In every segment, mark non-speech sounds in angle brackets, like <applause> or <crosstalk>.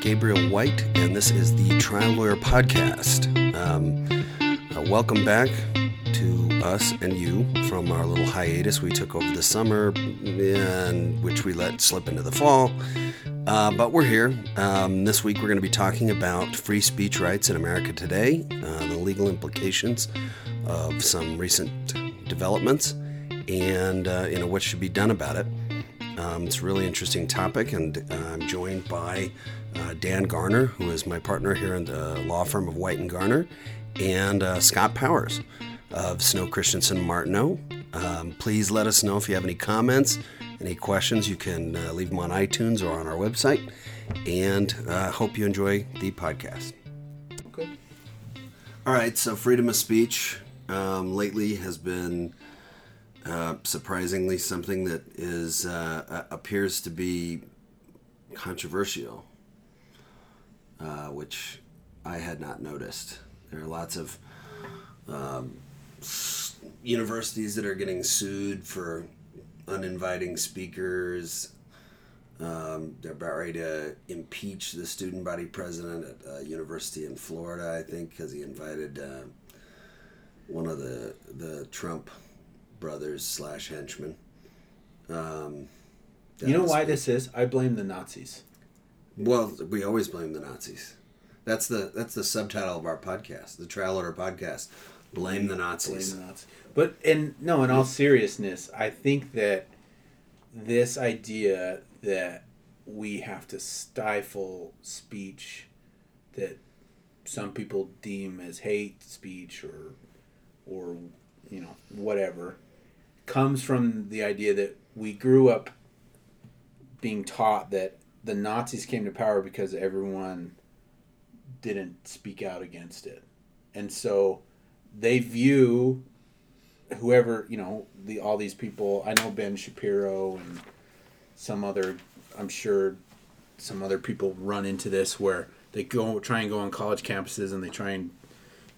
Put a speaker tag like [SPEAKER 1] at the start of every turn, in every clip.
[SPEAKER 1] Gabriel White, and this is the Trial Lawyer Podcast. Um, uh, welcome back to us and you from our little hiatus we took over the summer, and which we let slip into the fall. Uh, but we're here. Um, this week we're going to be talking about free speech rights in America today, uh, the legal implications of some recent developments, and uh, you know what should be done about it. Um, it's a really interesting topic, and uh, I'm joined by uh, Dan Garner, who is my partner here in the law firm of White and Garner, and uh, Scott Powers of Snow Christensen Martineau. Um, please let us know if you have any comments, any questions. You can uh, leave them on iTunes or on our website, and uh, hope you enjoy the podcast. Okay. All right, so freedom of speech um, lately has been uh, surprisingly something that is uh, uh, appears to be controversial, uh, which I had not noticed. There are lots of um, s- universities that are getting sued for uninviting speakers. Um, they're about ready to impeach the student body president at a university in Florida, I think, because he invited uh, one of the the Trump brothers slash henchmen. Um, that
[SPEAKER 2] You know
[SPEAKER 1] was-
[SPEAKER 2] why this is? I blame the Nazis.
[SPEAKER 1] Well, we always blame the Nazis. That's the that's the subtitle of our podcast, the Trial Order Podcast. Blame the
[SPEAKER 2] Blame
[SPEAKER 1] Nazis.
[SPEAKER 2] the Nazis. But in no, in all seriousness, I think that this idea that we have to stifle speech that some people deem as hate speech or or you know whatever comes from the idea that we grew up being taught that the Nazis came to power because everyone didn't speak out against it. And so they view whoever, you know, the all these people, I know Ben Shapiro and some other I'm sure some other people run into this where they go try and go on college campuses and they try and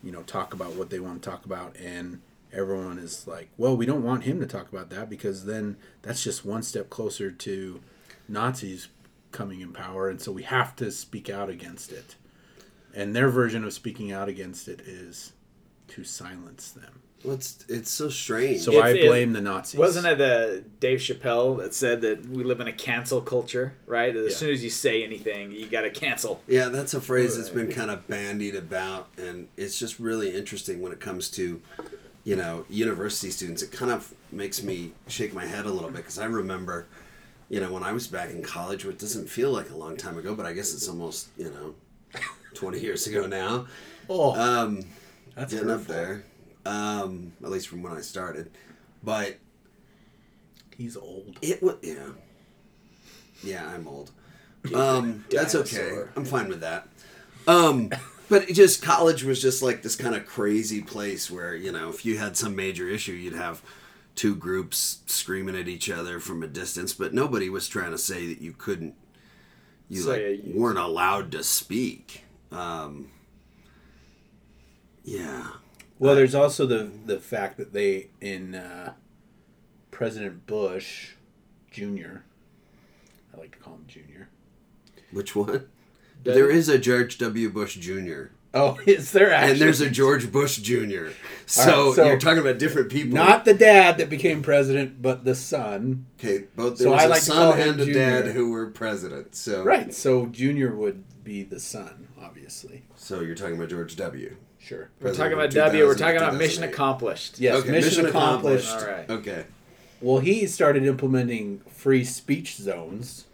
[SPEAKER 2] you know talk about what they want to talk about and everyone is like well we don't want him to talk about that because then that's just one step closer to nazis coming in power and so we have to speak out against it and their version of speaking out against it is to silence them
[SPEAKER 1] Well, it's it's so strange.
[SPEAKER 2] so
[SPEAKER 3] It's-
[SPEAKER 2] i
[SPEAKER 3] it-
[SPEAKER 2] blame the nazis
[SPEAKER 3] Wasn't it uh, Dave Chappelle that said that we live in a cancel culture, right? That as
[SPEAKER 2] Yeah.
[SPEAKER 3] soon as you say anything, you got to cancel.
[SPEAKER 1] yeah, that's a phrase that's been kind of bandied about, and it's just really interesting when it comes to, you know, university students. It kind of makes me shake my head a little bit because I remember, you know, when I was back in college, which doesn't feel like a long time ago, but I guess it's almost you know, twenty years ago now.
[SPEAKER 2] oh
[SPEAKER 1] Um,
[SPEAKER 2] that's
[SPEAKER 1] getting up
[SPEAKER 2] hurtful.
[SPEAKER 1] there, um, at least from when I started. But
[SPEAKER 2] he's old
[SPEAKER 1] it was yeah, yeah. I'm old. Um, that's okay.
[SPEAKER 3] Dinosaur.
[SPEAKER 1] I'm fine with that. Um, but it just college was just like this kind of crazy place where you know if you had some major issue, you'd have two groups screaming at each other from a distance, but nobody was trying to say that you couldn't. You
[SPEAKER 3] So,
[SPEAKER 1] like
[SPEAKER 3] yeah, you-
[SPEAKER 1] weren't allowed to speak. Um, yeah.
[SPEAKER 2] Well, there's also the the fact that they in uh, President Bush Jr. I like to call him Jr.
[SPEAKER 1] Which one?
[SPEAKER 3] That-
[SPEAKER 1] there is a George W. Bush Jr.
[SPEAKER 2] Oh, <laughs> is there actually?
[SPEAKER 1] and
[SPEAKER 2] <laughs>
[SPEAKER 1] there's a George Bush Jr. So,
[SPEAKER 2] All right, so-
[SPEAKER 1] you're talking about different people.
[SPEAKER 2] not the dad that became president, but the son.
[SPEAKER 1] okay. Both there
[SPEAKER 2] So
[SPEAKER 1] was
[SPEAKER 2] I
[SPEAKER 1] a
[SPEAKER 2] like to call
[SPEAKER 1] son
[SPEAKER 2] him
[SPEAKER 1] and a
[SPEAKER 2] Jr..
[SPEAKER 1] dad who were president. So
[SPEAKER 2] Right. So Jr. would be the son, obviously.
[SPEAKER 1] So you're talking about George W.
[SPEAKER 2] Sure.
[SPEAKER 3] We're
[SPEAKER 1] President
[SPEAKER 3] talking
[SPEAKER 1] of
[SPEAKER 3] about W. We're
[SPEAKER 1] 2000,
[SPEAKER 3] talking about mission
[SPEAKER 1] 2008.
[SPEAKER 3] accomplished.
[SPEAKER 2] Yes.
[SPEAKER 1] Okay,
[SPEAKER 2] mission,
[SPEAKER 1] mission
[SPEAKER 2] accomplished.
[SPEAKER 1] accomplished.
[SPEAKER 3] All right.
[SPEAKER 1] Okay.
[SPEAKER 2] Well, he started implementing free speech zones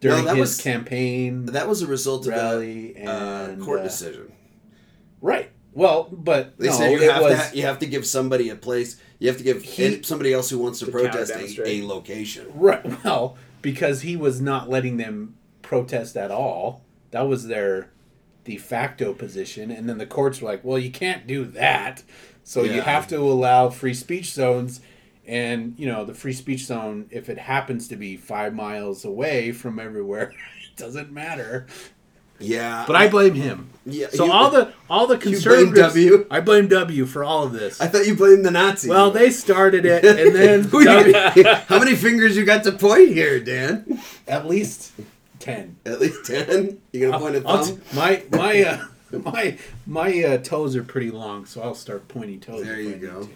[SPEAKER 2] during
[SPEAKER 1] that
[SPEAKER 2] his
[SPEAKER 1] was-
[SPEAKER 2] campaign
[SPEAKER 1] That was a result of
[SPEAKER 2] rally
[SPEAKER 1] a uh,
[SPEAKER 2] and
[SPEAKER 1] court
[SPEAKER 2] uh,
[SPEAKER 1] decision.
[SPEAKER 2] Right. Well, but
[SPEAKER 1] They
[SPEAKER 2] no,
[SPEAKER 1] said you
[SPEAKER 2] it
[SPEAKER 1] have
[SPEAKER 2] was,
[SPEAKER 1] to ha- you have to give somebody a place. You have to give
[SPEAKER 2] He-
[SPEAKER 1] and somebody else who wants to, protest a,
[SPEAKER 3] counter-demonstrate.
[SPEAKER 1] a location.
[SPEAKER 2] <laughs> Right. Well, because he was not letting them protest at all. That was their de facto position. And then the courts were like, well, you can't do that. So you
[SPEAKER 1] Yeah.
[SPEAKER 2] have to allow free speech zones. And, you know, the free speech zone, if it happens to be five miles away from everywhere, <laughs> it doesn't matter.
[SPEAKER 1] Yeah.
[SPEAKER 2] But I blame him.
[SPEAKER 1] Yeah, <laughs>
[SPEAKER 2] So
[SPEAKER 1] you-
[SPEAKER 2] all the all the
[SPEAKER 1] blame
[SPEAKER 2] conservatives,
[SPEAKER 1] W?
[SPEAKER 2] I blame W for all of this.
[SPEAKER 1] I thought you blamed the Nazis. <laughs>
[SPEAKER 2] well, they started it, and then
[SPEAKER 1] Who
[SPEAKER 2] <laughs> W-
[SPEAKER 1] you- how many fingers you got to point here, Dan?
[SPEAKER 2] at least ten.
[SPEAKER 1] At least ten. You gonna point a
[SPEAKER 2] I'll t-
[SPEAKER 1] thumb?
[SPEAKER 2] my my
[SPEAKER 1] <laughs>
[SPEAKER 2] uh, <laughs> my my uh, toes are pretty long, so I'll start pointing toes.
[SPEAKER 1] There
[SPEAKER 2] if I
[SPEAKER 1] you
[SPEAKER 2] need
[SPEAKER 1] go.
[SPEAKER 2] to.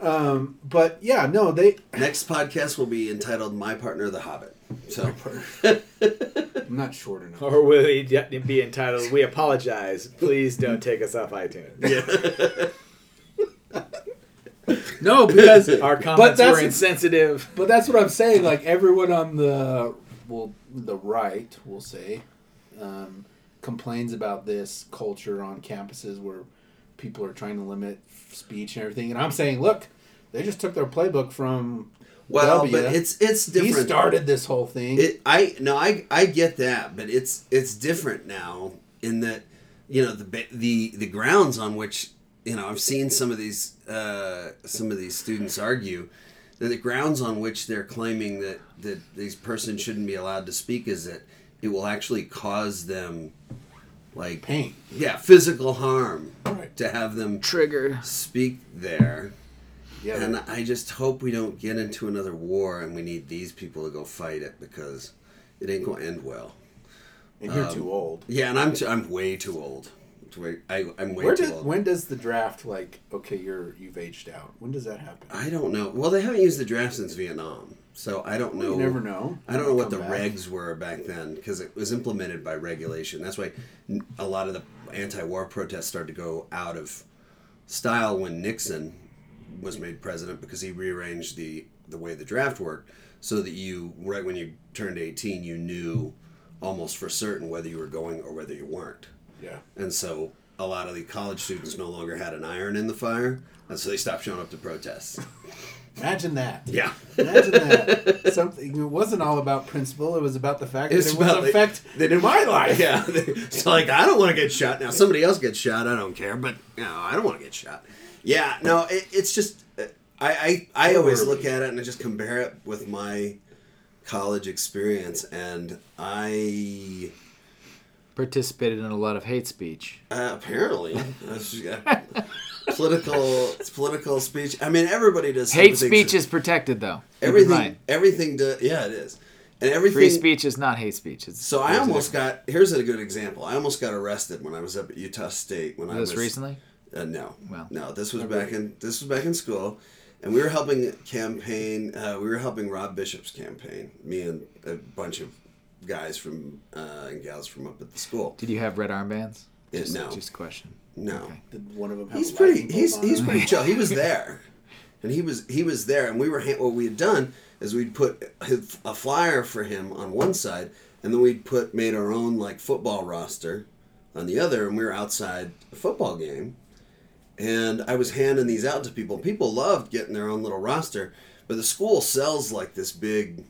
[SPEAKER 2] Um, but yeah, no, they.
[SPEAKER 1] Next podcast will be entitled "My Partner, the Hobbit." So
[SPEAKER 2] I'm not short enough.
[SPEAKER 3] Or will he de- be entitled, We apologize. Please don't take us off iTunes.
[SPEAKER 2] <laughs>
[SPEAKER 1] <laughs>
[SPEAKER 2] No, because
[SPEAKER 3] Our
[SPEAKER 2] But
[SPEAKER 3] comments
[SPEAKER 2] that's-
[SPEAKER 3] were insensitive.
[SPEAKER 2] But that's what I'm saying. Like everyone on the well, the right, we'll say, um, complains about this culture on campuses where people are trying to limit speech and everything. And I'm saying, look, they just took their playbook from.
[SPEAKER 1] well,
[SPEAKER 2] W.
[SPEAKER 1] but it's it's different.
[SPEAKER 2] He started this whole thing.
[SPEAKER 1] It, I no, I I get that, but it's it's different now in that you know the ba- the the grounds on which you know I've seen some of these uh, some of these students argue that the grounds on which they're claiming that that these person shouldn't be allowed to speak is that it will actually cause them like
[SPEAKER 2] Pain.
[SPEAKER 1] yeah physical harm
[SPEAKER 2] Right.
[SPEAKER 1] to have them
[SPEAKER 3] Triggered.
[SPEAKER 1] speak there
[SPEAKER 2] Yeah.
[SPEAKER 1] and I just hope we don't get into another war and we need these people to go fight it because it ain't going to end well.
[SPEAKER 2] and you're
[SPEAKER 1] um,
[SPEAKER 2] too old.
[SPEAKER 1] Yeah, and I'm, t- I'm way too old. It's way- I, am way
[SPEAKER 2] Where
[SPEAKER 1] too
[SPEAKER 2] did,
[SPEAKER 1] old.
[SPEAKER 2] when does the draft like okay you're you've aged out? When does that happen?
[SPEAKER 1] I don't know. Well, they haven't used the draft since Vietnam, so I don't know.
[SPEAKER 2] you never know.
[SPEAKER 1] I don't know what the
[SPEAKER 2] Come back.
[SPEAKER 1] regs were back then because it was implemented by regulation. That's why n- a lot of the anti-war protests started to go out of style when Nixon was made president because he rearranged the the way the draft worked so that you right when you turned 18 you knew almost for certain whether you were going or whether you weren't.
[SPEAKER 2] Yeah.
[SPEAKER 1] And so a lot of the college students no longer had an iron in the fire, and so they stopped showing up to
[SPEAKER 2] <laughs>
[SPEAKER 1] protests.
[SPEAKER 2] Imagine that.
[SPEAKER 1] Yeah. <laughs>
[SPEAKER 2] Imagine that. Something it wasn't all about principle, it was about the fact
[SPEAKER 1] It's
[SPEAKER 2] that it was
[SPEAKER 1] about
[SPEAKER 2] an
[SPEAKER 1] the-
[SPEAKER 2] effect
[SPEAKER 1] they
[SPEAKER 2] in
[SPEAKER 1] didn't-
[SPEAKER 2] my life.
[SPEAKER 1] Yeah, <laughs> it's like I don't want to get shot. Now somebody else gets shot. I don't care, but no, I don't want to get shot. Yeah, no, it, it's just uh, I I, I always look at it and I just compare it with my college experience, and I
[SPEAKER 4] Participated in a lot of hate speech.
[SPEAKER 1] uh, apparently <laughs> that's- yeah. political it's political speech. I mean, everybody does
[SPEAKER 4] Hate
[SPEAKER 1] something-
[SPEAKER 4] speech is protected, though. Keep in
[SPEAKER 1] everything.
[SPEAKER 4] mind.
[SPEAKER 1] Everything does. Yeah, it is, and everything.
[SPEAKER 4] Free speech is not hate speech. It's
[SPEAKER 1] So I almost got. Here's a good example. I almost got arrested when I was up at Utah State. When I
[SPEAKER 4] this
[SPEAKER 1] was
[SPEAKER 4] recently.
[SPEAKER 1] Uh, no,
[SPEAKER 4] Well,
[SPEAKER 1] no. This was back in this was back in school, and we were helping campaign. Uh, we were helping Rob Bishop's campaign. Me and a bunch of guys from uh, and gals from up at the school.
[SPEAKER 4] Did you have red armbands?
[SPEAKER 1] Yeah,
[SPEAKER 4] Just,
[SPEAKER 1] no.
[SPEAKER 4] Just a question.
[SPEAKER 1] No,
[SPEAKER 2] Did one of them have
[SPEAKER 1] he's
[SPEAKER 2] a
[SPEAKER 1] pretty.
[SPEAKER 2] lightning bolt
[SPEAKER 1] He's
[SPEAKER 2] on
[SPEAKER 1] he's
[SPEAKER 2] him?
[SPEAKER 1] pretty chill. He was there, and he was he was there, and we were ha- what we had done is we'd put his- a flyer for him on one side, and then we'd put made our own like football roster on the other, and we were outside a football game, and I was handing these out to people. People loved getting their own little roster, but the school sells like this big,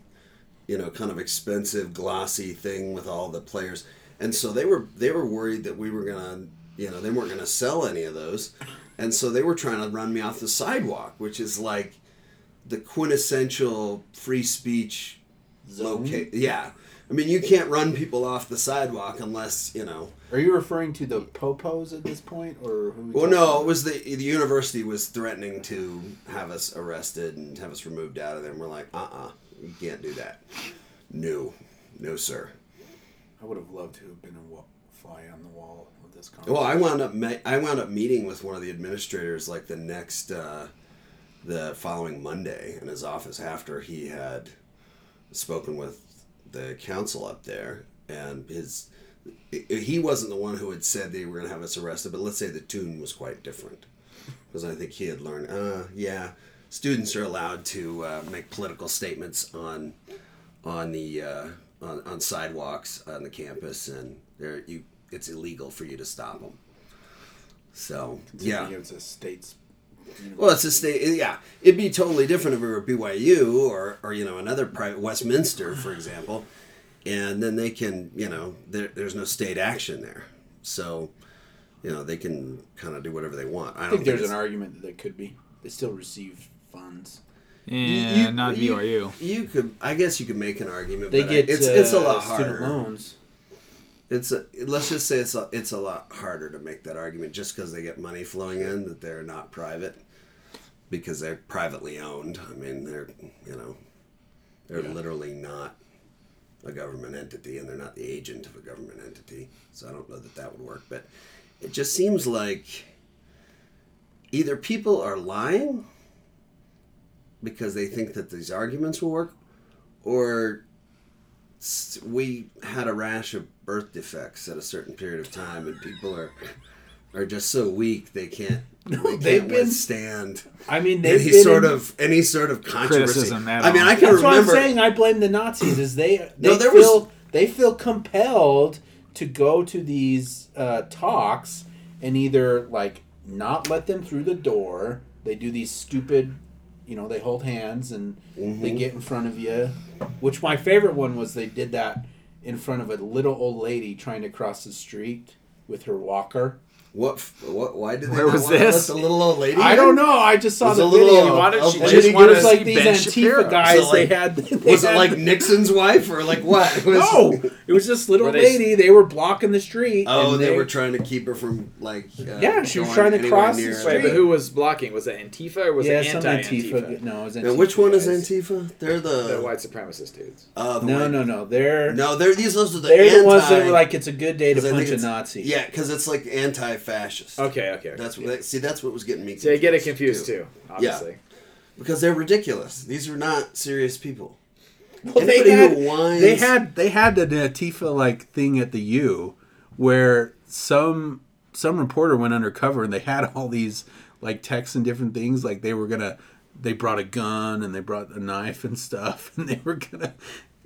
[SPEAKER 1] you know, kind of expensive, glossy thing with all the players, and so they were they were worried that we were gonna, you know, they weren't gonna sell any of those, and so they were trying to run me off the sidewalk, which is like the quintessential free speech
[SPEAKER 2] Zone?
[SPEAKER 1] loca Yeah, I mean, you can't run people off the sidewalk unless you know.
[SPEAKER 2] Are you referring to the popos at this point, or who?
[SPEAKER 1] Well, no, it was the the university was threatening to have us arrested and have us removed out of there. And we're like, uh, uh you can't do that. No, no, sir.
[SPEAKER 2] I would have loved to have been a wa- fly on the wall of this conversation.
[SPEAKER 1] Well, I wound up me- I wound up meeting with one of the administrators like the next uh, the following Monday in his office after he had spoken with the council up there, and his he wasn't the one who had said they were going to have us arrested, but let's say the tune was quite different because I think he had learned. Uh, yeah, students are allowed to uh, make political statements on on the uh, on, on sidewalks on the campus, and there you it's illegal for you to stop them. So yeah,
[SPEAKER 2] it's a state's.
[SPEAKER 1] well, it's a state. Yeah, it'd be totally different if we were BYU or, or you know another private Westminster, for example, and then they can you know there, there's no state action there, so you know they can kind of do whatever they want. I
[SPEAKER 2] I
[SPEAKER 1] don't
[SPEAKER 2] think there's an
[SPEAKER 1] it's-
[SPEAKER 2] argument that that could be. They still receive funds.
[SPEAKER 4] Yeah, not BYU.
[SPEAKER 1] You could, I guess, you could make an argument.
[SPEAKER 2] They
[SPEAKER 1] but I-
[SPEAKER 2] get
[SPEAKER 1] it's it's a
[SPEAKER 2] uh,
[SPEAKER 1] lot
[SPEAKER 2] student
[SPEAKER 1] harder.
[SPEAKER 2] loans.
[SPEAKER 1] It's a, let's just say it's a, it's a lot harder to make that argument just because they get money flowing in that they're not private because they're privately owned. I mean, they're you know they're literally not a government entity and they're not the agent of a government entity. So I don't know that that would work. But it just seems like either people are lying because they think that these arguments will work, or s- we had a rash of birth defects at a certain period of time, and people are are just so weak they
[SPEAKER 2] <laughs>
[SPEAKER 1] can't they can't
[SPEAKER 2] they've been-
[SPEAKER 1] withstand
[SPEAKER 2] I mean, they've
[SPEAKER 1] any <laughs>
[SPEAKER 2] been
[SPEAKER 1] sort
[SPEAKER 2] in-
[SPEAKER 1] of any sort of controversy.
[SPEAKER 4] Criticism at
[SPEAKER 1] I mean,
[SPEAKER 4] all.
[SPEAKER 1] I can
[SPEAKER 2] <coughs> That's what I'm
[SPEAKER 1] remember.
[SPEAKER 2] saying. I blame the Nazis. Is they they
[SPEAKER 1] No, there
[SPEAKER 2] feel
[SPEAKER 1] was-
[SPEAKER 2] they feel compelled to go to these uh, talks and either like not let them through the door. They do these stupid, you know, they hold hands and
[SPEAKER 1] Mm-hmm.
[SPEAKER 2] they get in front of you. Which my favorite one was they did that in front of a little old lady trying to cross the street with her walker.
[SPEAKER 1] What? f- What? Why did they
[SPEAKER 4] Where
[SPEAKER 1] not
[SPEAKER 4] was
[SPEAKER 1] wanna let
[SPEAKER 4] this?
[SPEAKER 1] The little old lady.
[SPEAKER 2] I
[SPEAKER 1] in?
[SPEAKER 2] don't know. I just saw
[SPEAKER 1] Was a
[SPEAKER 2] the
[SPEAKER 1] little-
[SPEAKER 2] video.
[SPEAKER 1] you
[SPEAKER 3] Why did
[SPEAKER 1] Oh,
[SPEAKER 3] she
[SPEAKER 1] and
[SPEAKER 2] And
[SPEAKER 3] just
[SPEAKER 2] it
[SPEAKER 3] want to
[SPEAKER 2] was like
[SPEAKER 3] see
[SPEAKER 2] these
[SPEAKER 3] Ben
[SPEAKER 2] Antifa
[SPEAKER 3] Shapiro?
[SPEAKER 2] guys.
[SPEAKER 1] So, like,
[SPEAKER 2] they had. They
[SPEAKER 1] <laughs> Was it
[SPEAKER 2] had-
[SPEAKER 1] like Nixon's wife or like
[SPEAKER 2] <laughs>
[SPEAKER 1] what? It was-
[SPEAKER 2] No, it was this little
[SPEAKER 3] Were they-
[SPEAKER 2] lady. They were blocking the street.
[SPEAKER 1] Oh,
[SPEAKER 2] and
[SPEAKER 1] they, were trying to keep her from like. Uh,
[SPEAKER 2] Yeah, she was
[SPEAKER 1] going
[SPEAKER 2] trying to
[SPEAKER 1] anywhere
[SPEAKER 2] cross the
[SPEAKER 1] near
[SPEAKER 3] Wait,
[SPEAKER 2] street.
[SPEAKER 3] but who was blocking? Was it Antifa or was
[SPEAKER 2] yeah,
[SPEAKER 3] it
[SPEAKER 2] some Antifa.
[SPEAKER 3] anti-Antifa?
[SPEAKER 2] No, it was Antifa.
[SPEAKER 1] Now, which one is
[SPEAKER 2] guys.
[SPEAKER 1] Antifa? They're the.
[SPEAKER 3] The white supremacist dudes.
[SPEAKER 1] uh, the
[SPEAKER 2] No,
[SPEAKER 1] white-
[SPEAKER 2] no, no. They're
[SPEAKER 1] no. They're these. Those are the.
[SPEAKER 2] they're
[SPEAKER 1] anti,
[SPEAKER 2] the ones that were like, it's a good day to
[SPEAKER 1] 'cause I think
[SPEAKER 2] punch a
[SPEAKER 1] it's-
[SPEAKER 2] Nazi.
[SPEAKER 1] Yeah, because it's like anti-fascist.
[SPEAKER 3] Okay, okay. okay.
[SPEAKER 1] That's
[SPEAKER 3] yeah.
[SPEAKER 1] what. That, see, that's what was getting me.
[SPEAKER 3] So you get it
[SPEAKER 1] confused,
[SPEAKER 3] confused too, obviously.
[SPEAKER 1] Because they're ridiculous. These are not serious people.
[SPEAKER 2] Well, they
[SPEAKER 1] Anybody
[SPEAKER 2] had,
[SPEAKER 1] who whines-
[SPEAKER 2] they had they had an Antifa like thing at the U, where some some reporter went undercover and they had <laughs> all these like texts and different things like they were gonna they brought a gun and they brought a knife and stuff <laughs> and they were gonna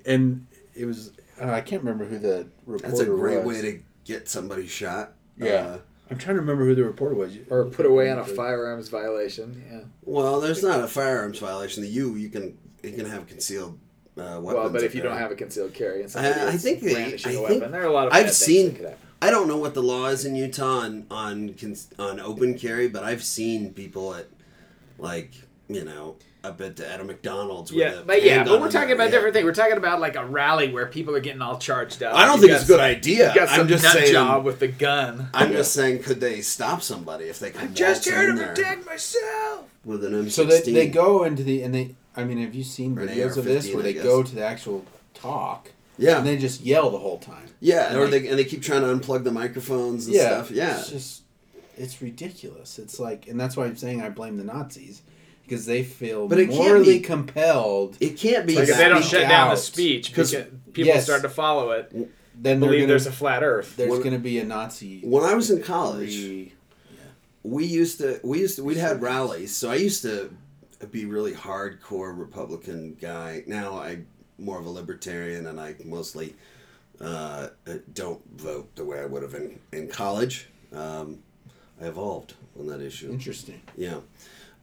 [SPEAKER 2] and it was uh, I can't remember who the reporter
[SPEAKER 1] That's a great
[SPEAKER 2] was.
[SPEAKER 1] way to get somebody shot.
[SPEAKER 2] yeah
[SPEAKER 1] Uh,
[SPEAKER 2] I'm trying to remember who the reporter was
[SPEAKER 3] Or put away on a firearms violation. Yeah.
[SPEAKER 1] well, there's not a firearms violation. The U, you can you can have concealed uh, weapons.
[SPEAKER 3] Well, but if you don't
[SPEAKER 1] apparently.
[SPEAKER 3] have a concealed carry and
[SPEAKER 1] I-
[SPEAKER 3] somebody
[SPEAKER 1] I
[SPEAKER 3] is
[SPEAKER 1] think they-
[SPEAKER 3] brandishing
[SPEAKER 1] I
[SPEAKER 3] a
[SPEAKER 1] think-
[SPEAKER 3] weapon, there are a lot of bad
[SPEAKER 1] I've
[SPEAKER 3] things
[SPEAKER 1] seen.
[SPEAKER 3] that could happen.
[SPEAKER 1] I don't know what the law is in Utah on on cons- on open carry, but I've seen people at like you know up at at a McDonald's. with
[SPEAKER 3] Yeah,
[SPEAKER 1] a
[SPEAKER 3] but yeah,
[SPEAKER 1] hand
[SPEAKER 3] but
[SPEAKER 1] on
[SPEAKER 3] we're
[SPEAKER 1] their
[SPEAKER 3] talking about
[SPEAKER 1] hip.
[SPEAKER 3] different things. We're talking about like a rally where people are getting all charged up.
[SPEAKER 1] I don't
[SPEAKER 3] You've
[SPEAKER 1] think
[SPEAKER 3] got
[SPEAKER 1] it's a good
[SPEAKER 3] some-
[SPEAKER 1] idea.
[SPEAKER 3] you've got some
[SPEAKER 1] I'm just
[SPEAKER 3] nut
[SPEAKER 1] saying.
[SPEAKER 3] job with the gun.
[SPEAKER 1] I'm just saying, could they stop somebody if they could waltz in there
[SPEAKER 3] myself.
[SPEAKER 1] with an M16?
[SPEAKER 2] So they, they go into the and they I mean have you seen
[SPEAKER 1] Or an
[SPEAKER 2] videos of this
[SPEAKER 1] AR-15,
[SPEAKER 2] where
[SPEAKER 1] I
[SPEAKER 2] they
[SPEAKER 1] guess.
[SPEAKER 2] go to the actual talk
[SPEAKER 1] Yeah,
[SPEAKER 2] and they just yell the whole time?
[SPEAKER 1] yeah,
[SPEAKER 2] and
[SPEAKER 1] or
[SPEAKER 2] they-
[SPEAKER 1] they and they keep trying to unplug the microphones and stuff. Yeah,
[SPEAKER 2] It's just it's ridiculous. It's like and that's why I'm saying I blame the Nazis because they feel
[SPEAKER 1] But it can't
[SPEAKER 2] morally
[SPEAKER 1] be-
[SPEAKER 2] compelled
[SPEAKER 1] it can't be
[SPEAKER 3] Like if they don't
[SPEAKER 1] speak
[SPEAKER 3] shut down the
[SPEAKER 2] out.
[SPEAKER 3] speech,
[SPEAKER 1] 'Cause-
[SPEAKER 3] because people
[SPEAKER 2] yes.
[SPEAKER 3] start to follow it,
[SPEAKER 2] then they're
[SPEAKER 3] believe
[SPEAKER 2] gonna,
[SPEAKER 3] there's a flat Earth.
[SPEAKER 2] there's
[SPEAKER 1] When-
[SPEAKER 2] going to be a Nazi
[SPEAKER 1] When I was in college,
[SPEAKER 2] re-
[SPEAKER 1] we used to we used to we'd had rallies so i used to be really hardcore republican guy now i'm more of a libertarian and i mostly uh, don't vote the way i would have in, in college um, i evolved on that issue
[SPEAKER 2] interesting.
[SPEAKER 1] yeah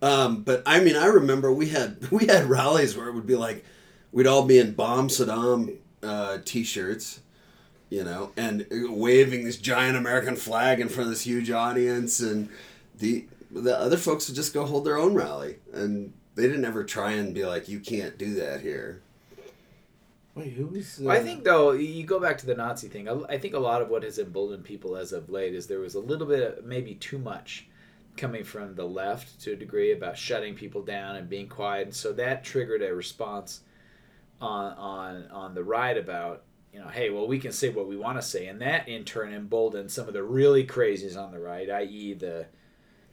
[SPEAKER 1] um, but i mean i remember we had <laughs> we had rallies where it would be like we'd all be in bomb saddam uh, t-shirts you know, and uh, waving this giant American flag in front of this huge audience, and the the other folks would just go hold their own rally, and they didn't ever try and be like, "You can't do that here."
[SPEAKER 2] Wait, who is uh,
[SPEAKER 3] Well, I think though you go back to the Nazi thing. I- I think a lot of what has emboldened people as of late is there was a little bit, of, maybe too much, coming from the left to a degree about shutting people down and being quiet, and so that triggered a response on on on the right about you know, hey, well, we can say what we want to say, and that in turn emboldened some of the really crazies on the right, i.e., the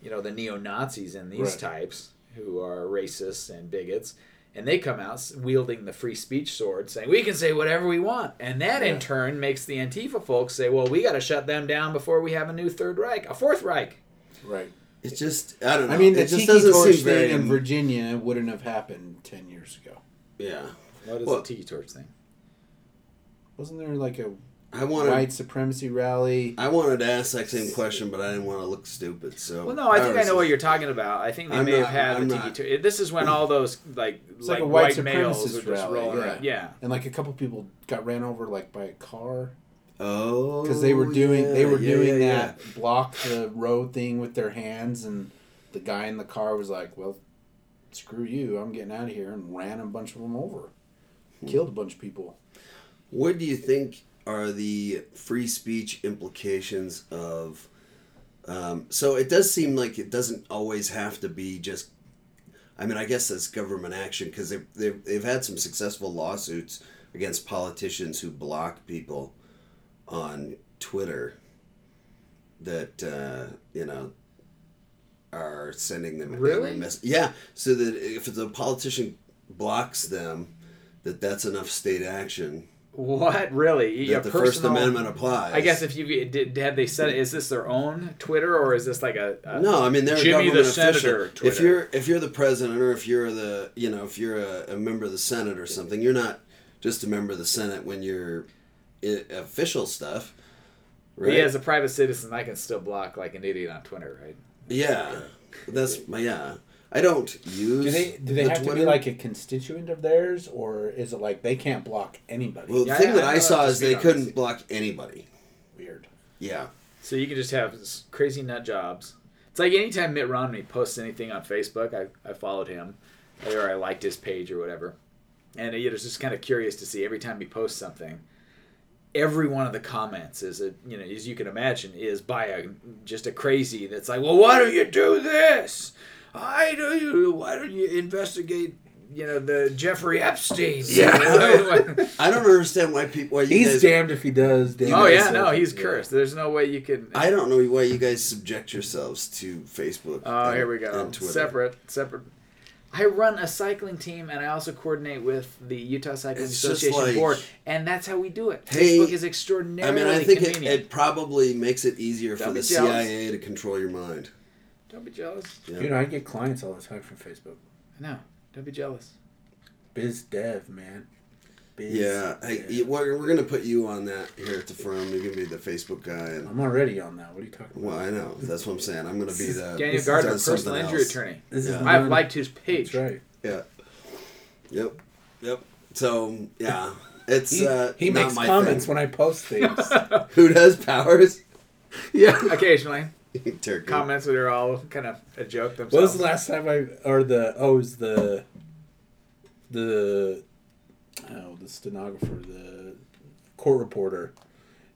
[SPEAKER 3] you know the neo Nazis and these
[SPEAKER 2] Right.
[SPEAKER 3] types who are racists and bigots, and they come out s- wielding the free speech sword, saying we can say whatever we want, and that in turn makes the Antifa folks say, well, we got to shut them down before we have a new Third Reich, a Fourth Reich.
[SPEAKER 2] right.
[SPEAKER 1] It's just I don't know.
[SPEAKER 2] I mean, the
[SPEAKER 1] it just
[SPEAKER 2] Tiki
[SPEAKER 1] doesn't
[SPEAKER 2] Torch
[SPEAKER 1] seem very
[SPEAKER 2] thing in Virginia wouldn't have happened ten years ago.
[SPEAKER 1] yeah.
[SPEAKER 3] What is
[SPEAKER 1] Well-
[SPEAKER 3] the tiki torch thing?
[SPEAKER 2] Wasn't there like a
[SPEAKER 1] I wanted
[SPEAKER 2] white supremacy rally?
[SPEAKER 1] I wanted to ask that same question, but I didn't want to look stupid. So
[SPEAKER 3] Well, no, I think I
[SPEAKER 1] was
[SPEAKER 3] know
[SPEAKER 1] just-
[SPEAKER 3] what you're talking about. I think they
[SPEAKER 1] I'm
[SPEAKER 3] may
[SPEAKER 1] not-
[SPEAKER 3] have had
[SPEAKER 1] I'm
[SPEAKER 3] the
[SPEAKER 1] not-
[SPEAKER 3] tiki torch. This is when all those like
[SPEAKER 2] like
[SPEAKER 3] like,
[SPEAKER 2] a white
[SPEAKER 3] white, males
[SPEAKER 2] supremacist
[SPEAKER 3] were just
[SPEAKER 2] rally,
[SPEAKER 3] rolling
[SPEAKER 2] yeah.
[SPEAKER 3] around. Yeah. <laughs>
[SPEAKER 2] and like a couple people got ran over like by a car
[SPEAKER 1] Oh,
[SPEAKER 2] because they were doing
[SPEAKER 1] yeah,
[SPEAKER 2] they were
[SPEAKER 1] yeah,
[SPEAKER 2] doing
[SPEAKER 1] yeah,
[SPEAKER 2] that block the road thing with their hands and the guy in the car was like well screw you i'm getting out of here and ran a bunch of them over
[SPEAKER 1] Hmm.
[SPEAKER 2] killed a bunch of people
[SPEAKER 1] What do you think are the free speech implications of? Um, so it does seem like it doesn't always have to be just. I mean, I guess that's government action because they've, they've, they've had some successful lawsuits against politicians who block people on Twitter that uh, you know are sending them
[SPEAKER 3] Really?
[SPEAKER 1] angry mess- Yeah, so that if the politician blocks them, that that's enough state action.
[SPEAKER 3] What really?
[SPEAKER 1] That
[SPEAKER 3] Your
[SPEAKER 1] the First
[SPEAKER 3] personal-
[SPEAKER 1] Amendment applies.
[SPEAKER 3] I guess if you did, had they said, it, is this their own Twitter or is this like a, a
[SPEAKER 1] No, I mean they're
[SPEAKER 3] Jimmy
[SPEAKER 1] a government
[SPEAKER 3] the
[SPEAKER 1] official.
[SPEAKER 3] Senator
[SPEAKER 1] If
[SPEAKER 3] Twitter.
[SPEAKER 1] you're if you're the president or if you're the you know if you're a, a member of the Senate or something, you're not just a member of the Senate when you're i official stuff, right?
[SPEAKER 3] Yeah, as a private citizen, I can still block like an idiot on Twitter, right?
[SPEAKER 1] Yeah, that's my yeah. I don't use.
[SPEAKER 2] Do they do they
[SPEAKER 1] the
[SPEAKER 2] have to be
[SPEAKER 1] Twitter.
[SPEAKER 2] like a constituent of theirs, or is it like they can't block anybody?
[SPEAKER 1] Well, the
[SPEAKER 3] Yeah,
[SPEAKER 1] thing
[SPEAKER 3] yeah,
[SPEAKER 1] that
[SPEAKER 3] I
[SPEAKER 1] I,
[SPEAKER 3] know
[SPEAKER 1] saw
[SPEAKER 3] that's
[SPEAKER 1] is they
[SPEAKER 3] just being
[SPEAKER 1] couldn't block anybody.
[SPEAKER 2] Weird.
[SPEAKER 1] Yeah,
[SPEAKER 3] So you can just have s- crazy nut jobs. It's like anytime Mitt Romney posts anything on Facebook, I, I followed him or I liked his page or whatever. And it was just kind of curious to see every time he posts something, every one of the comments is a you know as you can imagine is by a just a crazy that's like, well, why do you do this? I do you. Why don't you investigate? You know the Jeffrey Epstein.
[SPEAKER 1] Yeah.
[SPEAKER 3] <laughs>
[SPEAKER 1] <laughs> I don't understand why people. Why you
[SPEAKER 2] He's
[SPEAKER 1] guys,
[SPEAKER 2] damned if he does. Damned
[SPEAKER 3] oh
[SPEAKER 2] if he
[SPEAKER 3] yeah,
[SPEAKER 2] doesn't.
[SPEAKER 3] no, he's
[SPEAKER 1] Yeah.
[SPEAKER 3] cursed. There's no way you can.
[SPEAKER 1] I don't know why you guys subject yourselves to Facebook.
[SPEAKER 3] Oh,
[SPEAKER 1] and-
[SPEAKER 3] here we go.
[SPEAKER 1] and Twitter.
[SPEAKER 3] Separate, separate. I run a cycling team, and I also coordinate with the Utah Cycling
[SPEAKER 1] It's just
[SPEAKER 3] Association
[SPEAKER 1] like-
[SPEAKER 3] board, and that's how we do it.
[SPEAKER 1] Hey,
[SPEAKER 3] Facebook is
[SPEAKER 1] I
[SPEAKER 3] extraordinarily
[SPEAKER 1] mean, I think it,
[SPEAKER 3] convenient.
[SPEAKER 1] it probably makes it easier for
[SPEAKER 3] Don't
[SPEAKER 1] the
[SPEAKER 3] be jealous.
[SPEAKER 1] CIA to control your mind.
[SPEAKER 3] Don't be jealous.
[SPEAKER 1] Yeah.
[SPEAKER 2] Dude, I get clients all the time from Facebook.
[SPEAKER 3] No, don't be jealous.
[SPEAKER 2] Biz dev, man. Biz
[SPEAKER 1] yeah, hey,
[SPEAKER 2] dev.
[SPEAKER 1] you- we're, we're gonna put you on that here at the firm. You're gonna be the Facebook guy, and
[SPEAKER 2] I'm already on that. What are you talking about?
[SPEAKER 1] well, I know that's what I'm saying. I'm gonna be the
[SPEAKER 3] <laughs> Daniel
[SPEAKER 1] does
[SPEAKER 3] Gardner,
[SPEAKER 1] something
[SPEAKER 3] personal injury
[SPEAKER 1] else.
[SPEAKER 3] attorney.
[SPEAKER 2] This
[SPEAKER 1] Yeah.
[SPEAKER 2] is
[SPEAKER 3] I've
[SPEAKER 2] none-
[SPEAKER 3] liked his page.
[SPEAKER 2] That's right.
[SPEAKER 1] Yeah. Yep. Yep. So yeah, it's
[SPEAKER 2] He,
[SPEAKER 1] uh,
[SPEAKER 2] he
[SPEAKER 1] not
[SPEAKER 2] makes
[SPEAKER 1] my
[SPEAKER 2] comments
[SPEAKER 1] thing.
[SPEAKER 2] when I <laughs> post things.
[SPEAKER 1] <laughs> Who does powers? <laughs> Yeah. <laughs>
[SPEAKER 3] Occasionally,
[SPEAKER 1] Turkey.
[SPEAKER 3] comments that are all kind of a joke
[SPEAKER 2] What
[SPEAKER 3] themselves.
[SPEAKER 2] was the last time I or the oh it was the the oh the stenographer the court reporter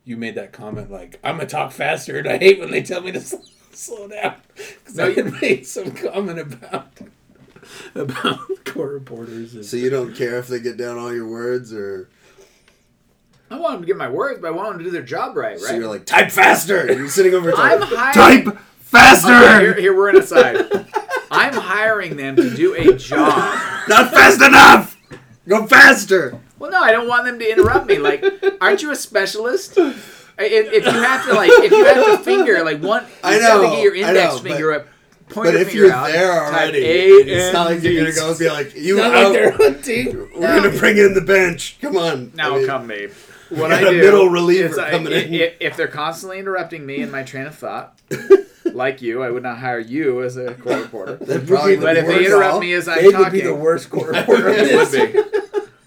[SPEAKER 2] you made that comment like I'm gonna talk faster and I hate when they tell me to <laughs> slow, slow down because I had made some comment about <laughs> about court reporters and
[SPEAKER 1] So you don't care if they get down all your words, or
[SPEAKER 3] I want them to get my words, but I want them to do their job right,
[SPEAKER 1] so
[SPEAKER 3] right?
[SPEAKER 1] you're like type faster. You're sitting over.
[SPEAKER 3] <laughs> I'm
[SPEAKER 1] typing. <laughs>
[SPEAKER 3] hiring.
[SPEAKER 4] Type faster.
[SPEAKER 3] Here, here we're in a side. I'm hiring them to do a job.
[SPEAKER 1] <laughs> not fast enough. Go faster.
[SPEAKER 3] Well, no, I don't want them to interrupt me. Like, aren't you a specialist? I- If, if you have to, like, if you have to finger, like one,
[SPEAKER 1] <laughs> I
[SPEAKER 3] you have to
[SPEAKER 1] know,
[SPEAKER 3] get your
[SPEAKER 1] I
[SPEAKER 3] index
[SPEAKER 1] know, but-
[SPEAKER 3] finger up, point
[SPEAKER 1] But
[SPEAKER 3] your
[SPEAKER 1] if
[SPEAKER 3] finger
[SPEAKER 1] you're
[SPEAKER 3] out.
[SPEAKER 1] there
[SPEAKER 3] type
[SPEAKER 1] already,
[SPEAKER 3] A
[SPEAKER 1] it's not
[SPEAKER 3] and
[SPEAKER 1] like you're gonna
[SPEAKER 3] D's.
[SPEAKER 1] go and be like, "You
[SPEAKER 2] not
[SPEAKER 1] out.
[SPEAKER 2] like they're hunting
[SPEAKER 1] <laughs> We're
[SPEAKER 2] <laughs>
[SPEAKER 1] gonna bring in the bench. Come on."
[SPEAKER 3] Now
[SPEAKER 1] I mean,
[SPEAKER 3] come me. What
[SPEAKER 1] got
[SPEAKER 3] I
[SPEAKER 1] a
[SPEAKER 3] do
[SPEAKER 1] middle reliever
[SPEAKER 3] is I-
[SPEAKER 1] coming
[SPEAKER 3] i-
[SPEAKER 1] in.
[SPEAKER 3] i- If they're constantly interrupting me in my train
[SPEAKER 1] <laughs>
[SPEAKER 3] of thought, like you, I would not hire you as a court reporter.
[SPEAKER 1] That'd probably be
[SPEAKER 3] But
[SPEAKER 1] the
[SPEAKER 3] if they
[SPEAKER 1] worst
[SPEAKER 3] interrupt
[SPEAKER 1] all.
[SPEAKER 3] me as I'm
[SPEAKER 2] they would
[SPEAKER 3] talking,
[SPEAKER 2] be the worst court
[SPEAKER 4] <laughs>
[SPEAKER 2] reporter
[SPEAKER 1] Yeah.
[SPEAKER 2] in
[SPEAKER 3] would
[SPEAKER 2] this.
[SPEAKER 3] be.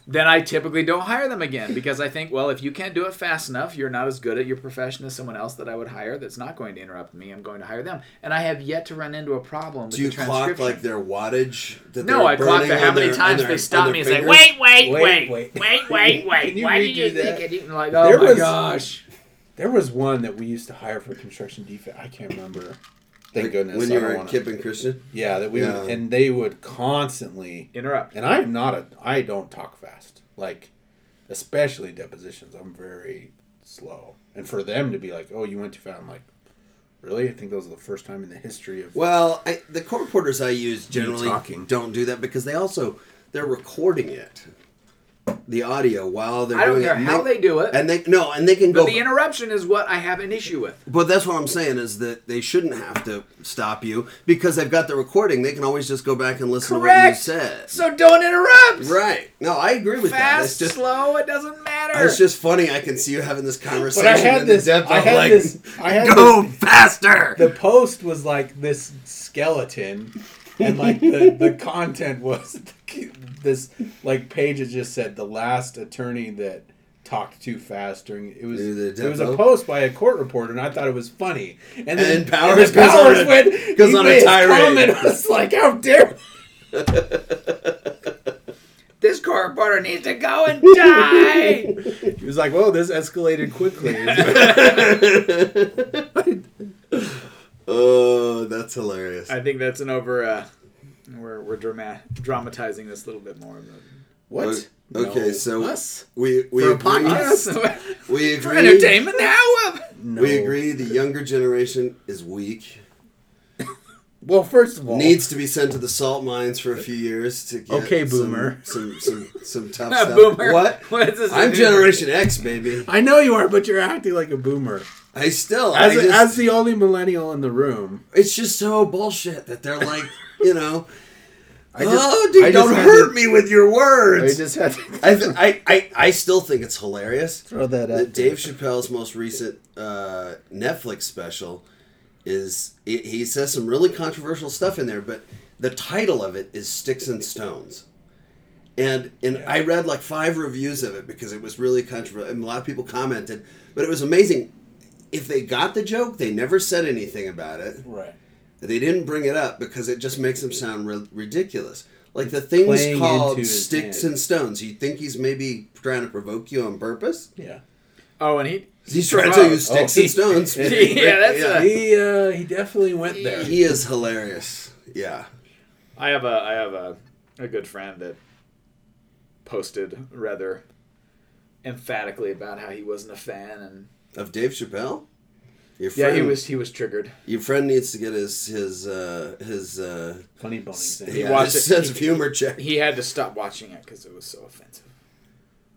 [SPEAKER 3] Then I typically don't hire them again because I think, well, if you can't do it fast enough, you're not as good at your profession as someone else that I would hire that's not going to interrupt me. I'm going to hire them. And I have yet to run into a problem with
[SPEAKER 1] do you
[SPEAKER 3] the
[SPEAKER 1] clock
[SPEAKER 3] transcription.
[SPEAKER 1] like their wattage? That
[SPEAKER 3] no,
[SPEAKER 1] they're
[SPEAKER 3] I clock
[SPEAKER 1] burning
[SPEAKER 3] the how
[SPEAKER 1] on
[SPEAKER 3] many
[SPEAKER 1] their- on
[SPEAKER 3] times
[SPEAKER 1] their-
[SPEAKER 3] they
[SPEAKER 1] on
[SPEAKER 3] stop
[SPEAKER 1] their
[SPEAKER 3] me and say,
[SPEAKER 1] fingers?
[SPEAKER 3] wait, wait,
[SPEAKER 2] Wait,
[SPEAKER 3] wait,
[SPEAKER 2] wait.
[SPEAKER 3] wait, wait,
[SPEAKER 2] <laughs>
[SPEAKER 3] wait,
[SPEAKER 2] Can you
[SPEAKER 3] Why
[SPEAKER 2] redo
[SPEAKER 3] did you think
[SPEAKER 2] that?
[SPEAKER 3] I didn't like, oh
[SPEAKER 2] There
[SPEAKER 3] my
[SPEAKER 2] was-
[SPEAKER 3] gosh.
[SPEAKER 2] There was one that we used to hire for construction defect. I can't remember. Thank goodness.
[SPEAKER 1] When
[SPEAKER 2] I
[SPEAKER 1] you
[SPEAKER 2] don't
[SPEAKER 1] were
[SPEAKER 2] wanna-
[SPEAKER 1] Kip
[SPEAKER 2] <laughs>
[SPEAKER 1] and Christian,
[SPEAKER 2] Yeah, that we Would,
[SPEAKER 1] Yeah.
[SPEAKER 2] and they would constantly
[SPEAKER 3] Interrupt.
[SPEAKER 2] and I am not a I don't talk fast. Like especially depositions, I'm very slow. And for them to be like, "Oh, you went too fast." I'm like, "Really? I think that was the first time in the history of
[SPEAKER 1] well, I, the court reporters I use generally
[SPEAKER 2] talking.
[SPEAKER 1] don't do that because they also they're recording it, the audio while they're
[SPEAKER 3] I don't
[SPEAKER 1] doing
[SPEAKER 3] care
[SPEAKER 1] it. and
[SPEAKER 3] how they do it.
[SPEAKER 1] and they no, and they can
[SPEAKER 3] But
[SPEAKER 1] go.
[SPEAKER 3] the interruption is what I have an issue with.
[SPEAKER 1] But that's what I'm saying is that they shouldn't have to stop you because they've got the recording. They can always just go back and listen to what you
[SPEAKER 3] Correct.
[SPEAKER 1] said.
[SPEAKER 3] <laughs> So don't interrupt.
[SPEAKER 1] Right. No, I agree with that. It's
[SPEAKER 3] Fast,
[SPEAKER 1] just
[SPEAKER 3] slow, it doesn't matter.
[SPEAKER 1] it's just funny. I can see you having this conversation.
[SPEAKER 2] But I had
[SPEAKER 1] and the
[SPEAKER 2] this
[SPEAKER 1] depth
[SPEAKER 2] I
[SPEAKER 1] of,
[SPEAKER 2] had
[SPEAKER 1] like,
[SPEAKER 2] this I had
[SPEAKER 1] <laughs> Go
[SPEAKER 2] this
[SPEAKER 1] faster.
[SPEAKER 2] the post was like this skeleton and like the,
[SPEAKER 1] <laughs>
[SPEAKER 2] the content was <laughs> this like page that just said the last attorney that talked too fast during it was
[SPEAKER 1] Is it
[SPEAKER 2] it was a
[SPEAKER 1] Depo?
[SPEAKER 2] post by a court reporter and I thought it was funny and then
[SPEAKER 1] And Powers goes on a-
[SPEAKER 2] went
[SPEAKER 1] goes
[SPEAKER 2] he
[SPEAKER 1] on a
[SPEAKER 2] made his
[SPEAKER 1] tirade.
[SPEAKER 2] comment was like how dare
[SPEAKER 3] this court reporter needs to go <laughs> and die.
[SPEAKER 2] he was like whoa this escalated quickly
[SPEAKER 1] <laughs> oh, that's hilarious.
[SPEAKER 3] I think that's an over. Uh, we're we're drama- dramatizing this a little bit more.
[SPEAKER 2] What?
[SPEAKER 1] Okay,
[SPEAKER 2] No.
[SPEAKER 1] so
[SPEAKER 3] Us?
[SPEAKER 1] we we
[SPEAKER 3] <laughs> For a
[SPEAKER 1] agree,
[SPEAKER 3] podcast?
[SPEAKER 1] we
[SPEAKER 3] For
[SPEAKER 1] agree
[SPEAKER 3] entertainment? <laughs> How?
[SPEAKER 2] No.
[SPEAKER 1] we agree the younger generation is weak.
[SPEAKER 2] Well, first of all,
[SPEAKER 1] Needs to be sent to the salt mines for a few years to get
[SPEAKER 2] Okay,
[SPEAKER 1] some-
[SPEAKER 2] boomer.
[SPEAKER 1] some some
[SPEAKER 2] <laughs>
[SPEAKER 1] some tough
[SPEAKER 3] Not
[SPEAKER 1] stuff.
[SPEAKER 3] boomer.
[SPEAKER 1] What?
[SPEAKER 3] <laughs> What is this?
[SPEAKER 1] I'm Generation X, baby.
[SPEAKER 2] I know you are, but you're acting like a boomer.
[SPEAKER 1] I still
[SPEAKER 2] As,
[SPEAKER 1] I just,
[SPEAKER 2] as the only millennial in the room,
[SPEAKER 1] it's just so bullshit that they're like, you know,
[SPEAKER 2] <laughs> I just-
[SPEAKER 1] oh dude,
[SPEAKER 2] I just
[SPEAKER 1] don't
[SPEAKER 2] had
[SPEAKER 1] hurt
[SPEAKER 2] to-
[SPEAKER 1] me with your
[SPEAKER 2] I
[SPEAKER 1] words.
[SPEAKER 2] just had
[SPEAKER 1] <laughs>
[SPEAKER 2] to
[SPEAKER 1] I, th- I, I I still think it's hilarious.
[SPEAKER 2] throw that
[SPEAKER 1] that
[SPEAKER 2] out. <laughs>
[SPEAKER 1] Dave Chappelle's most recent uh, Netflix special is it, he says some really controversial stuff in there, but the title of it is "Sticks and Stones," and and I read like five reviews of it because it was really controversial, and a lot of people commented, but it was amazing. If they got the joke, they never said anything about it.
[SPEAKER 2] Right.
[SPEAKER 1] They didn't bring it up because it just makes him sound ri- ridiculous. Like the thing's
[SPEAKER 2] Playing
[SPEAKER 1] called
[SPEAKER 2] into his
[SPEAKER 1] "Sticks
[SPEAKER 2] hand.
[SPEAKER 1] and Stones." You think he's maybe trying to provoke you on purpose?
[SPEAKER 2] Yeah.
[SPEAKER 3] Oh, and he.
[SPEAKER 1] He's trying to tell you
[SPEAKER 3] Oh,
[SPEAKER 1] sticks
[SPEAKER 2] oh.
[SPEAKER 1] and stones.
[SPEAKER 2] <laughs>
[SPEAKER 3] Yeah, that's a-
[SPEAKER 2] He uh, he definitely went there.
[SPEAKER 1] He is hilarious. Yeah.
[SPEAKER 3] I have a I have a, a good friend that posted rather emphatically about how he wasn't a fan and
[SPEAKER 1] Of Dave Chappelle? Your
[SPEAKER 3] yeah
[SPEAKER 1] friend,
[SPEAKER 3] he was he was triggered.
[SPEAKER 1] Your friend needs to get his his uh, his uh,
[SPEAKER 2] Funny bone exam.
[SPEAKER 1] yeah,
[SPEAKER 3] watched
[SPEAKER 1] his
[SPEAKER 3] it.
[SPEAKER 1] sense of humor check.
[SPEAKER 3] He had to stop watching it because it was so offensive.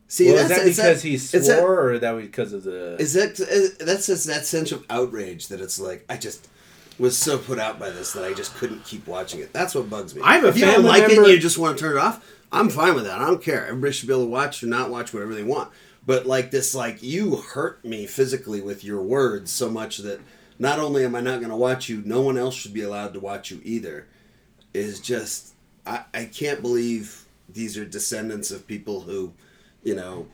[SPEAKER 1] See,
[SPEAKER 2] well, is
[SPEAKER 1] that's
[SPEAKER 2] that because
[SPEAKER 1] it's
[SPEAKER 2] he
[SPEAKER 1] it's that-
[SPEAKER 2] swore, or that was because of the?
[SPEAKER 1] Is that is- that's just that sense of outrage that it's like I just was so put out by this that I just couldn't keep watching it. That's what bugs me.
[SPEAKER 2] I'm a
[SPEAKER 1] if you don't
[SPEAKER 2] family
[SPEAKER 1] like it,
[SPEAKER 2] member-
[SPEAKER 1] and you just want to turn it off. I'm fine with that. I don't care. Everybody should be able to watch or not watch whatever they want. But like this, like you hurt me physically with your words so much that not only am I not going to watch you, no one else should be allowed to watch you either. Is just I, I can't believe these are descendants of people who, you know,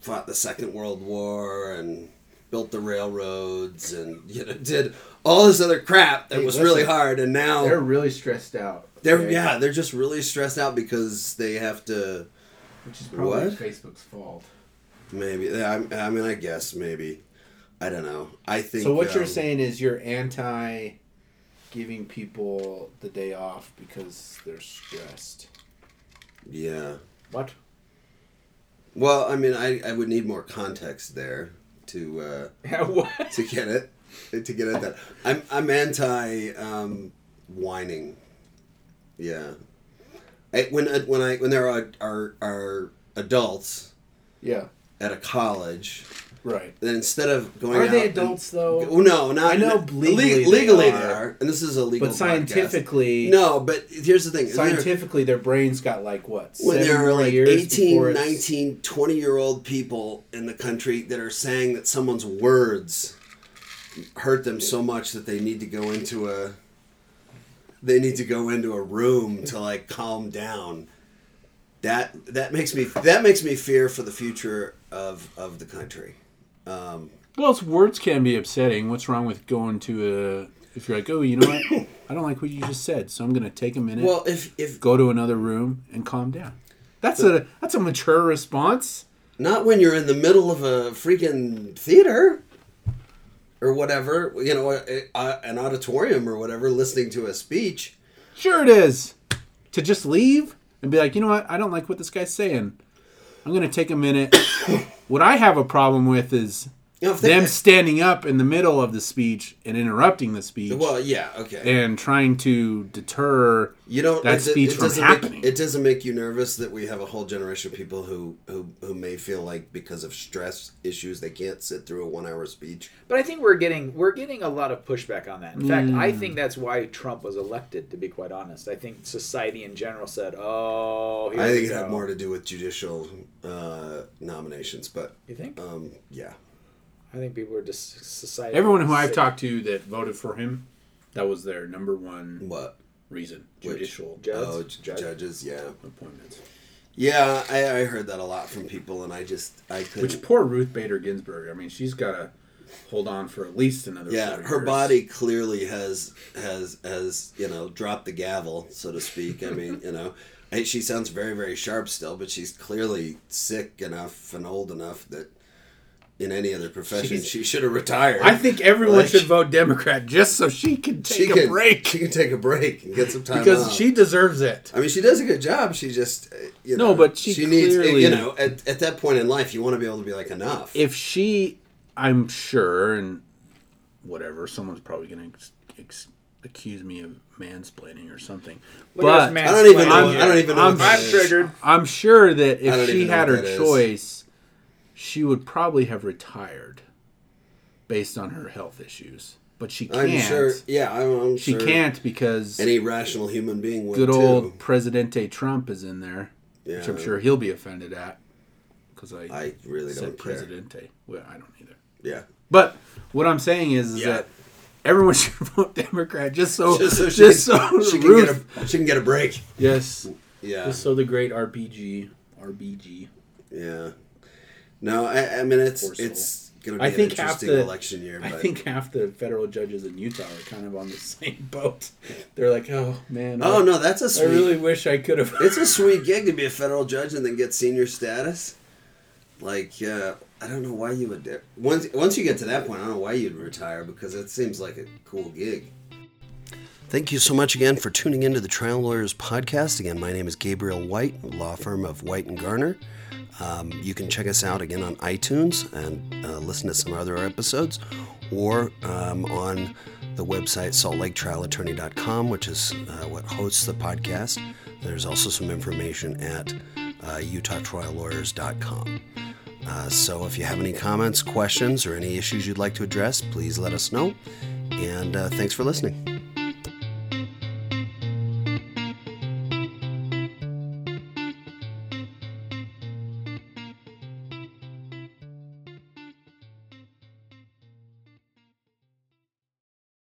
[SPEAKER 1] fought the Second World War and built the railroads and you know did all this other crap that
[SPEAKER 2] Hey,
[SPEAKER 1] was
[SPEAKER 2] listen.
[SPEAKER 1] really hard and now
[SPEAKER 2] They're
[SPEAKER 1] they're,
[SPEAKER 2] really stressed out. okay?
[SPEAKER 1] yeah Oh. they're just really stressed out because they have to
[SPEAKER 2] Which is
[SPEAKER 1] What?
[SPEAKER 2] probably Facebook's fault.
[SPEAKER 1] maybe I, I mean I guess maybe I don't know I think
[SPEAKER 2] So what you're
[SPEAKER 1] um,
[SPEAKER 2] saying is you're anti giving people the day off because they're stressed.
[SPEAKER 1] yeah
[SPEAKER 3] <laughs> What?
[SPEAKER 1] well I mean I, I would need more context there to uh,
[SPEAKER 3] what?
[SPEAKER 1] to get it to get at that I'm I'm anti um, whining yeah I, when I- when I when there are are, are adults
[SPEAKER 2] Yeah.
[SPEAKER 1] at a college
[SPEAKER 2] Right.
[SPEAKER 1] then instead of going
[SPEAKER 2] Are
[SPEAKER 1] out
[SPEAKER 2] they
[SPEAKER 1] and-
[SPEAKER 2] adults though?
[SPEAKER 1] Oh, no, not
[SPEAKER 2] I know
[SPEAKER 1] le-
[SPEAKER 2] legally they
[SPEAKER 1] legally they
[SPEAKER 2] are.
[SPEAKER 1] are, and this is a legal.
[SPEAKER 2] but
[SPEAKER 1] podcast.
[SPEAKER 2] scientifically,
[SPEAKER 1] no. But here's the thing: There-
[SPEAKER 2] Scientifically, their brains got like what
[SPEAKER 1] when
[SPEAKER 2] seven
[SPEAKER 1] there are
[SPEAKER 2] more
[SPEAKER 1] like
[SPEAKER 2] years
[SPEAKER 1] 18,
[SPEAKER 2] before it's-
[SPEAKER 1] 19, 20 year old people in the country that are saying that someone's words hurt them so much that they need to go into a they need to go into a room to like calm down. That that makes me that makes me fear for the future of of the country.
[SPEAKER 5] Well, it's words can be upsetting. What's wrong with going to a? If you're like, oh, you know
[SPEAKER 1] <coughs>
[SPEAKER 5] what? I don't like what you just said, so I'm going to take a minute,
[SPEAKER 1] Well, if if
[SPEAKER 5] go to another room, and calm down. That's a that's a mature response.
[SPEAKER 1] Not when you're in the middle of a freaking theater or whatever, you know, a, a, an auditorium or whatever, listening to a speech.
[SPEAKER 5] Sure, it is. To just leave and be like, you know what? I don't like what this guy's saying. I'm going to take a
[SPEAKER 1] <coughs>
[SPEAKER 5] minute. what I have a problem with is
[SPEAKER 1] You know, if they,
[SPEAKER 5] them standing up in the middle of the speech and interrupting the speech
[SPEAKER 1] well, yeah, okay.
[SPEAKER 5] and trying to deter.
[SPEAKER 1] You don't.
[SPEAKER 5] that
[SPEAKER 1] it do-
[SPEAKER 5] speech
[SPEAKER 1] it
[SPEAKER 5] from
[SPEAKER 1] doesn't
[SPEAKER 5] happening.
[SPEAKER 1] Make, it doesn't make you nervous that we have a whole generation of people who who who may feel like because of stress issues they can't sit through a one-hour speech.
[SPEAKER 3] But I think we're getting we're getting a lot of pushback on that. In fact, I
[SPEAKER 5] Mm.
[SPEAKER 3] think that's why Trump was elected. To be quite honest, I think society in general said, "Oh, here
[SPEAKER 1] I
[SPEAKER 3] we
[SPEAKER 1] think it
[SPEAKER 3] go."
[SPEAKER 1] had more to do with judicial uh, nominations, but
[SPEAKER 3] You think?
[SPEAKER 1] um, yeah.
[SPEAKER 3] I think people are just society.
[SPEAKER 5] Everyone who I've talked to that voted for him, that was their number one
[SPEAKER 1] What?
[SPEAKER 5] reason
[SPEAKER 1] Which?
[SPEAKER 5] judicial
[SPEAKER 3] Judge?
[SPEAKER 1] Oh,
[SPEAKER 3] Judge?
[SPEAKER 1] judges. Yeah.
[SPEAKER 5] appointments.
[SPEAKER 1] Yeah, I, I heard that a lot from people, and I just I couldn't.
[SPEAKER 5] Which poor Ruth Bader Ginsburg. I mean, she's got to hold on for at least another.
[SPEAKER 1] yeah,
[SPEAKER 5] four
[SPEAKER 1] her
[SPEAKER 5] years.
[SPEAKER 1] body clearly has has has you know dropped the gavel, so to speak. I mean, you know, I, she sounds very very sharp still, but she's clearly sick enough and old enough that in any other profession. she should have retired.
[SPEAKER 2] I think everyone
[SPEAKER 1] Like-
[SPEAKER 2] should vote Democrat just so she can take
[SPEAKER 1] she
[SPEAKER 2] a
[SPEAKER 1] can
[SPEAKER 2] break
[SPEAKER 1] She can take a break and get some time
[SPEAKER 2] because
[SPEAKER 1] off.
[SPEAKER 2] she deserves it.
[SPEAKER 1] I mean, she does a good job. She just, uh, you know, uh,
[SPEAKER 2] No, but she clearly-
[SPEAKER 1] you know, at, at that point in life, you want to be able to be like enough.
[SPEAKER 2] If she, I'm sure, and whatever, someone's probably going to ex- ex- accuse me of mansplaining or something.
[SPEAKER 3] at us
[SPEAKER 2] But
[SPEAKER 1] I don't even know.
[SPEAKER 2] I'm-
[SPEAKER 1] I don't even know.
[SPEAKER 2] I'm-
[SPEAKER 1] what that
[SPEAKER 2] I'm
[SPEAKER 1] is.
[SPEAKER 3] triggered.
[SPEAKER 2] I'm sure that
[SPEAKER 1] I don't
[SPEAKER 2] if she
[SPEAKER 1] even know
[SPEAKER 2] had
[SPEAKER 1] what
[SPEAKER 2] her
[SPEAKER 1] that is.
[SPEAKER 2] choice, she would probably have retired based on her health issues. But she
[SPEAKER 1] I'm
[SPEAKER 2] can't.
[SPEAKER 1] sure. Yeah, I'm, I'm
[SPEAKER 2] she
[SPEAKER 1] sure.
[SPEAKER 2] can't because
[SPEAKER 1] Any rational human being would
[SPEAKER 2] good
[SPEAKER 1] too.
[SPEAKER 2] old Presidente Trump is in there, which I'm
[SPEAKER 1] Yeah.
[SPEAKER 2] sure he'll be offended at because I,
[SPEAKER 1] I really
[SPEAKER 2] said
[SPEAKER 1] don't care.
[SPEAKER 2] Presidente. Well, I don't either.
[SPEAKER 1] Yeah. <laughs>
[SPEAKER 2] But what I'm saying is, is
[SPEAKER 1] Yeah.
[SPEAKER 2] that everyone <laughs> should vote Democrat just so
[SPEAKER 1] Just so she,
[SPEAKER 2] just
[SPEAKER 1] can,
[SPEAKER 2] so
[SPEAKER 1] she can
[SPEAKER 2] Ruth,
[SPEAKER 1] get a she can get a break.
[SPEAKER 2] yes
[SPEAKER 1] Yeah.
[SPEAKER 6] Just so the great RBG, RBG.
[SPEAKER 1] Yeah. No, I, I mean it's
[SPEAKER 6] Poor soul.
[SPEAKER 1] it's gonna be
[SPEAKER 6] I think
[SPEAKER 1] an
[SPEAKER 6] half
[SPEAKER 1] interesting
[SPEAKER 6] the-
[SPEAKER 1] election year.
[SPEAKER 6] I
[SPEAKER 1] But
[SPEAKER 6] think half the federal judges in Utah are kind of on the <laughs> same boat. They're like, oh man,
[SPEAKER 1] oh
[SPEAKER 6] I,
[SPEAKER 1] no, that's a sweet.
[SPEAKER 6] I really wish I could have.
[SPEAKER 1] It's a sweet gig to be a federal judge and then get senior status. Like uh, I don't know why you would. do- Once once you get to that point, I don't know why you'd retire because it seems like a cool gig. Thank you so much again for tuning into the Trial Lawyers podcast. Again, my name is Gabriel White, law firm of White and Garner. Um, you can check us out again on iTunes and uh, listen to some other episodes, or um, on the website saltlaketrialattorney.com, which is uh, what hosts the podcast. There's also some information at uh, utahtriallawyers.com. Uh, so if you have any comments, questions, or any issues you'd like to address, please let us know. And uh, thanks for listening.